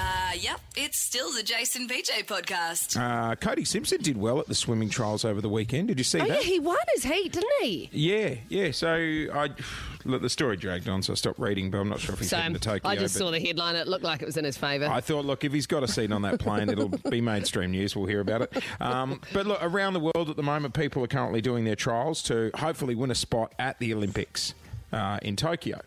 Uh, yep, it's still the Jason PJ podcast. Uh, Cody Simpson did well at the swimming trials over the weekend. Did you see Oh, that? yeah, he won his heat, didn't he? Yeah, yeah. So I look, the story dragged on, so I stopped reading. But I'm not sure if he's So heading to Tokyo. I just but saw the headline. It looked like it was in his favour. I thought, look, if he's got a seat on that plane, it'll be mainstream news. We'll hear about it. Um, but look, around the world at the moment, people are currently doing their trials to hopefully win a spot at the Olympics uh, in Tokyo.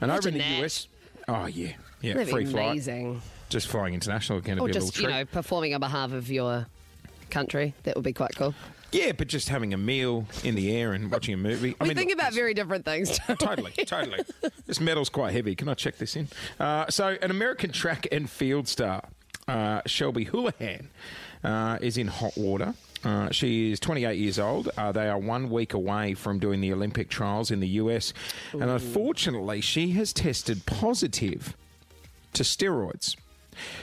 And over in Imagine the that. US, oh yeah, yeah, That'd be free flight, amazing. just flying international can Or be a just, little you trick. know, performing on behalf of your country. That would be quite cool. Yeah, but just having a meal in the air and watching a movie. I We mean, think look, about it's- very different things. don't we? totally, totally. This medal's quite heavy. Can I check this in? Uh, so, an American track and field star, uh, Shelby Houlihan, uh, is in hot water. Uh, she is 28 years old. Uh, they are one week away from doing the Olympic trials in the US. And unfortunately, she has tested positive to steroids.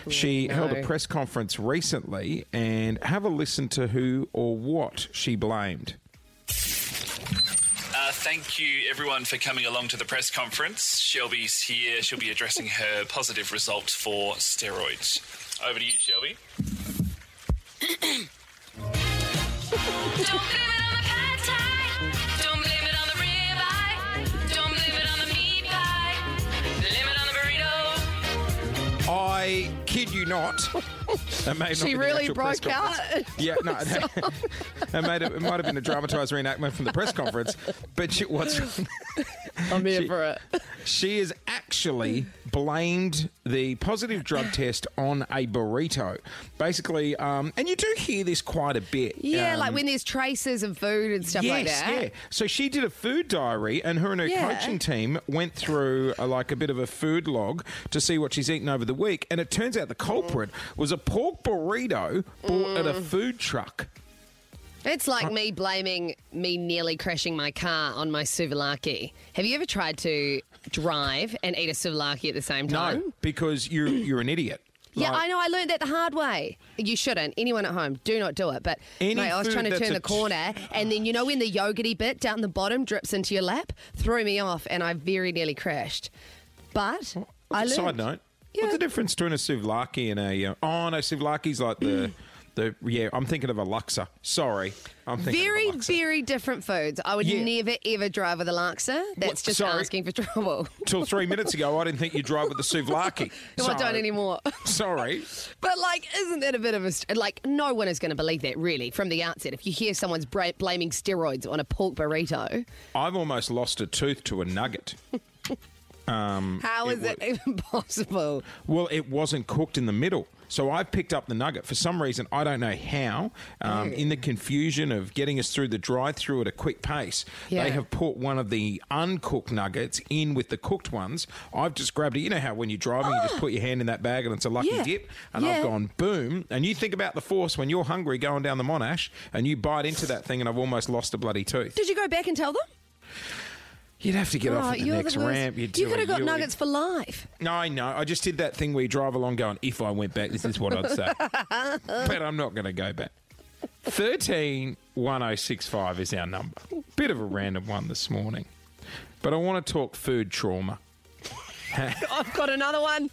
She held a no. press conference recently and have a listen to who or what she blamed. Uh, thank you, everyone, for coming along to the press conference. Shelby's here. She'll be addressing her positive result for steroids. Over to you, Shelby. Don't blame it on the pad thai. Don't blame it on the ribeye. Don't blame it on the meat pie. Blame it on the burrito. I kid you not. That may not She be the really actual press broke out. conference. Yeah, no, that, that might have, it might have been a dramatised reenactment from the press conference. But she, what's I'm here She- for it. she has actually blamed the positive drug test on a burrito, basically. Um, and you do hear this quite a bit. Yeah, um, like when there's traces of food and stuff yes, like that. yeah. So she did a food diary, and her and her Yeah. coaching team went through uh like a bit of a food log to see what she's eaten over the week. And it turns out the culprit was a pork burrito bought at a food truck. It's Uh, like me blaming me nearly crashing my car on my souvlaki. Have you ever tried to drive and eat a souvlaki at the same time? No, because you're you're an idiot. Yeah, Like, I know. I learned that the hard way. You shouldn't. Anyone at home, do not do it. But Any mate, I was food trying to that's turn a the corner, and then you know when the yogurty bit down the bottom drips into your lap, threw me off, and I very nearly crashed. But I learned. Side note: What's Yeah. the difference between a souvlaki and a? Uh, oh no, souvlaki's like the. The, yeah, I'm thinking of a Luxor. Sorry, I'm thinking Very, of a Luxor. very different foods. I would Yeah. never, ever drive with a Lanxer. That's just sorry. asking for trouble. Till three minutes ago, I didn't think you drive with the souvlaki. No, I don't Sorry. anymore. Sorry, But like, isn't that a bit of a st- like? No one is going to believe that, really, from the outset. If you hear someone's bra- blaming steroids on a pork burrito, I've almost lost a tooth to a nugget. how It is that even possible? Well, it wasn't cooked in the middle. So I picked up the nugget for some reason. I don't know how. Um, in the confusion of getting us through the drive-through at a quick pace, Yeah. they have put one of the uncooked nuggets in with the cooked ones. I've just grabbed it. You know how when you're driving, you just put your hand in that bag and it's a lucky Yeah. dip. And I've Yeah. gone boom. And you think about the force when you're hungry going down the Monash, and you bite into that thing, and I've almost lost a bloody tooth. Did you go back and tell them? Oh, You'd have to get off at the you're next worst. ramp. You'd do you could a have got Yui. nuggets for life. No, I know. I just did that thing where you drive along going, if I went back, this is what I'd say. but I'm not going to go back. 131065 is our number. Bit of a random one this morning. But I want to talk food trauma. I've got another one.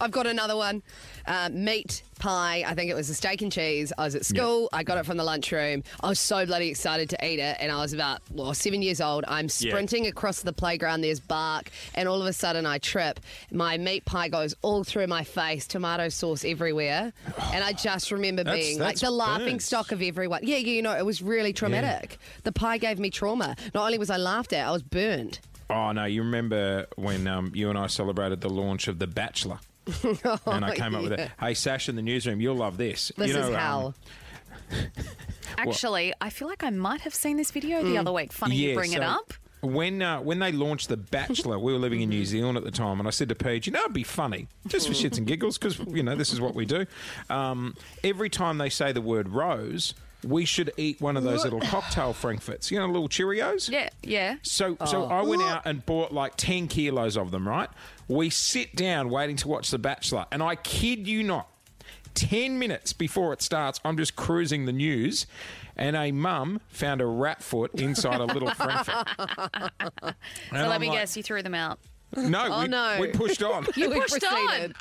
I've got another one. Uh, meat pie. I think it was a steak and cheese. I was at school. I got it from the lunchroom. I was so bloody excited to eat it, and I was about well seven years old. I'm sprinting across the playground. There's bark, and all of a sudden I trip. My meat pie goes all through my face. Tomato sauce everywhere, and I just remember That's- being that's like the laughing burns. stock of everyone. Yeah, you know, it was really traumatic. The pie gave me trauma. Not only was I laughed at, I was burned. Oh, no. You remember when um, you and I celebrated the launch of The Bachelor? and I came up with it. Hey, Sash in the newsroom, you'll love this. This you know, is hell. um, Actually, I feel like I might have seen this video the other week. Funny you bring Mm. it so up. When uh, when they launched The Bachelor, we were living in New Zealand at the time, and I said to Paige, you know, it'd be funny just for shits and giggles because you know this is what we do. Um, every time they say the word rose, we should eat one of those little cocktail frankfurts, you know, little Cheerios. Yeah, yeah. So, Oh. so I went out and bought like 10 kilos of them, right? We sit down waiting to watch The Bachelor, and I kid you not, 10 minutes before it starts, I'm just cruising the news, and a mum found a rat foot inside a little frankfurt. So let me guess, you threw them out. No, Oh, we, no. we pushed on. You pushed on. proceeded.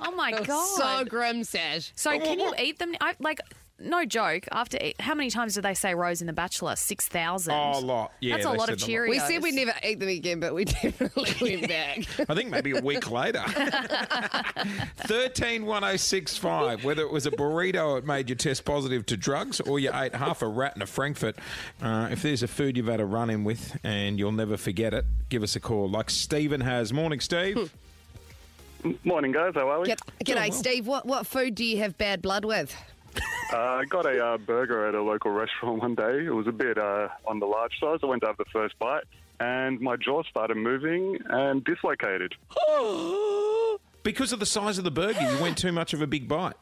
Oh my god. So grim, Sash. So can you eat them? I, like, no joke. After eat, how many times did they say Rose in the Bachelor? Six thousand. Oh, a lot. Yeah, that's a they lot said of a lot. Cheerios. We said we'd never eat them again, but we definitely went back. I think maybe a week later. 131065. Whether it was a burrito, it made you test positive to drugs, or you ate half a rat and a Frankfurt. Uh, if there's a food you've had a run in with and you'll never forget it, give us a call. Like Stephen has. Morning, Steve. Morning, guys. How are we? Get, g'day, Steve. What what food do you have bad blood with? Uh, I got a uh, burger at a local restaurant one day. It was a bit uh, on the large size. I went to have the first bite, and my jaw started moving and dislocated. because of the size of the burger, you went too much of a big bite.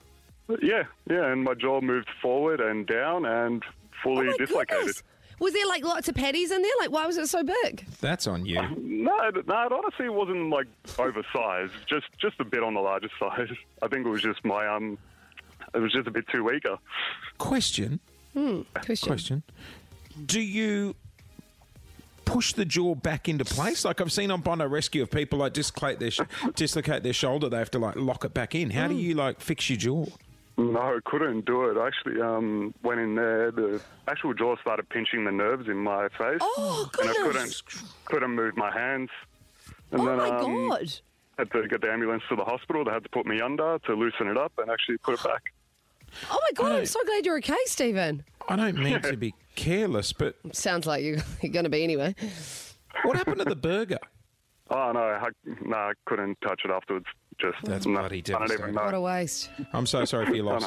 Yeah, yeah, and my jaw moved forward and down and fully Oh my dislocated. goodness. Was there like lots of patties in there? Like, why was it so big? That's on you. No, it- no, it honestly wasn't like oversized. Just, just a bit on the larger size. I think it was just my um, it was just a bit too weaker. Question. Question. Question. Do you push the jaw back into place? Like I've seen on Bondo Rescue of people like dislocate their sh- dislocate their shoulder, they have to like lock it back in. How do you like fix your jaw? No, couldn't do it. I actually um, went in there. The actual jaw started pinching the nerves in my face. Oh, and I goodness. couldn't couldn't move my hands. And Oh then, my um, god. Had to get the ambulance to the hospital. They had to put me under to loosen it up and actually put it back. Oh my god. I'm I- so glad you're okay, Stephen. I don't mean to be careless, but Sounds like you- you're going to be anyway. Uh, what happened to the burger? Oh no, I, no, I couldn't touch it afterwards. Just That's no, bloody I don't even devastating. know. What a waste. I'm so sorry for your loss. no.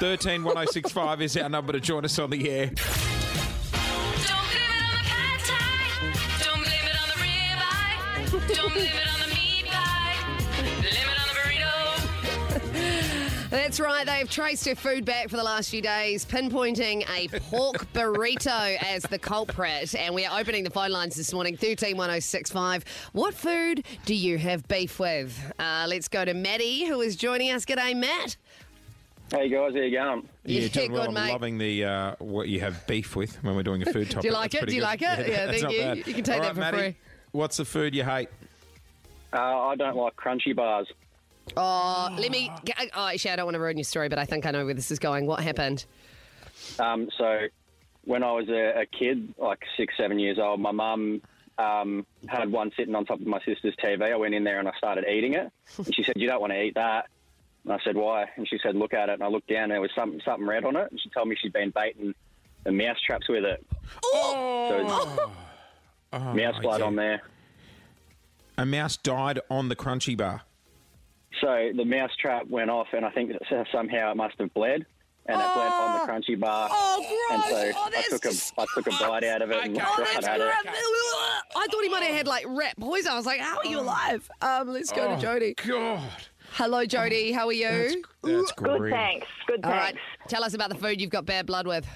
131065 is our number to join us on the air. Don't blame it on the pad thai. Don't blame it on the ribeye. Don't blame it on the meat pie. Blame it on the burrito. That's right. They've traced her food back for the last few days, pinpointing a pork burrito as the culprit. And we are opening the phone lines this morning. Thirteen one zero six five. What food do you have beef with? Uh, let's go to Maddie, who is joining us. G'day, Matt. Hey guys, how you going? Yeah, John, well, good, I'm mate. loving the uh, what you have beef with when we're doing a food topic. like That's it? pretty Do you good. like it? Yeah, that's thank not you. bad. You can take All that right, for Maddie, free. What's the food you hate? Uh, I don't like crunchy bars. Oh, let me. Oh, actually, I don't want to ruin your story, but I think I know where this is going. What happened? Um, so when I was a, a kid, like six, seven years old, my mum um, had one sitting on top of my sister's TV. I went in there and I started eating it, and she said, "You don't want to eat that." And I said, "Why?" And she said, "Look at it." And I looked down, and there was something something red on it. And she told me she'd been baiting the mouse traps with it. So it's mouse blood yeah. on there. A mouse died on the crunchy bar. So the mouse trap went off, and I think that somehow it must have bled, and it bled on the crunchy bar. Ah! Oh, And gross. so Oh, I that's took a I took a bite out of it and Okay. Oh, looked right at it. I thought he might have had like rat poison. I was like, "How are you alive?" Um, let's go to Jody. God. Hello, Jody. How are you? Oh. That's, that's Good, great. thanks. Good, All right. thanks. Tell us about the food you've got bad blood with.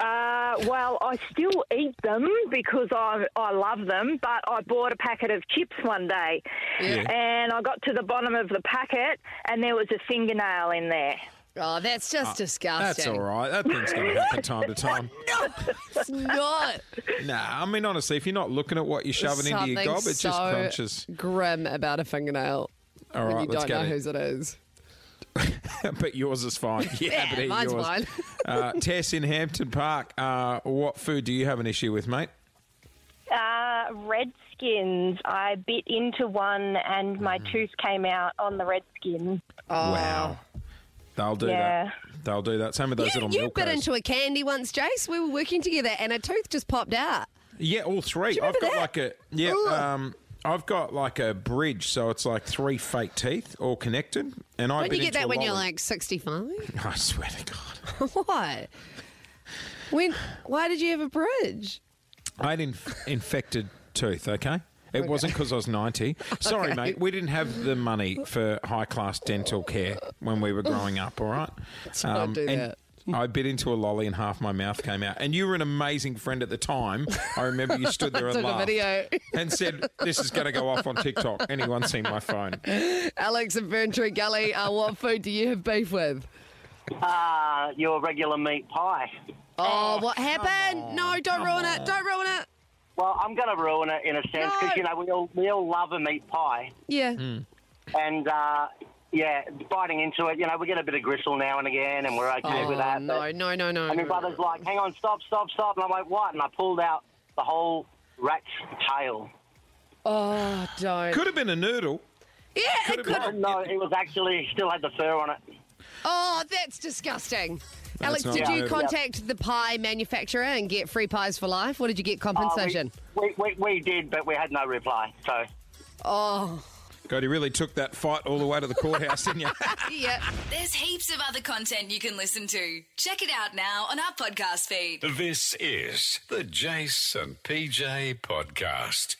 Uh, well, I still eat them because I, I love them, but I bought a packet of chips one day Yeah. and I got to the bottom of the packet and there was a fingernail in there. Oh, that's just Uh, That's disgusting. all right. That thing's going to happen time to time. It's not Nah, I mean, honestly, if you're not looking at what you're shoving into your something gob, it just so crunches. grim about a fingernail. All when right, you let's don't go know to- whose it is. but yours is fine. Yeah, Yeah, but eat mine's yours. fine. uh, Tess in Hampton Park, uh, what food do you have an issue with, mate? Uh, redskins. I bit into one and my tooth came out on the redskin. Uh, Wow. They'll do Yeah. that. They'll do that. Same with those You, little you milk bit cows. into a candy once, Jace. We were working together, and a tooth just popped out. Yeah, all three. I've remember got that? like a yeah. Um, I've got like a bridge, so it's like three fake teeth all connected. And I Don't bit you get into a that when you're lolly. like 65? I swear to God, what? When? Why did you have a bridge? I had an inf- infected tooth. Okay. It wasn't because I was 90. Sorry, mate. We didn't have the money for high class dental care when we were growing up, all right? Um, not do and that. I bit into a lolly and half my mouth came out. And you were an amazing friend at the time. I remember you stood there and Took a laughed video. and said, This is going to go off on TikTok. Anyone seen my phone? Alex and Burntree Gully, uh, what food do you have beef with? Uh, your regular meat pie. Oh, what happened? No, don't ruin it. Don't ruin it. Well, I'm going to ruin it in a sense because No. Hmm. you know we all we all love a meat pie, Yeah. and uh, yeah, biting into it. You know, we get a bit of gristle now and again, and we're okay Oh, with that. No, but- no, no, no. And my no. brother's like, hang on, stop, stop, stop. And I'm like, what? And I pulled out the whole rat's tail. Oh, don't. Could have been a noodle. Yeah, it could. No, no, it was actually still had the fur on it. Oh, that's disgusting. That's Alex, not did good. you Yeah. contact the pie manufacturer and get free pies for life? Or did you get compensation? Oh, We, we, we did, but we had no reply. So Oh, God, you really took that fight all the way to the courthouse, didn't you? yep. There's heaps of other content you can listen to. Check it out now on our podcast feed. This is the Jason PJ podcast.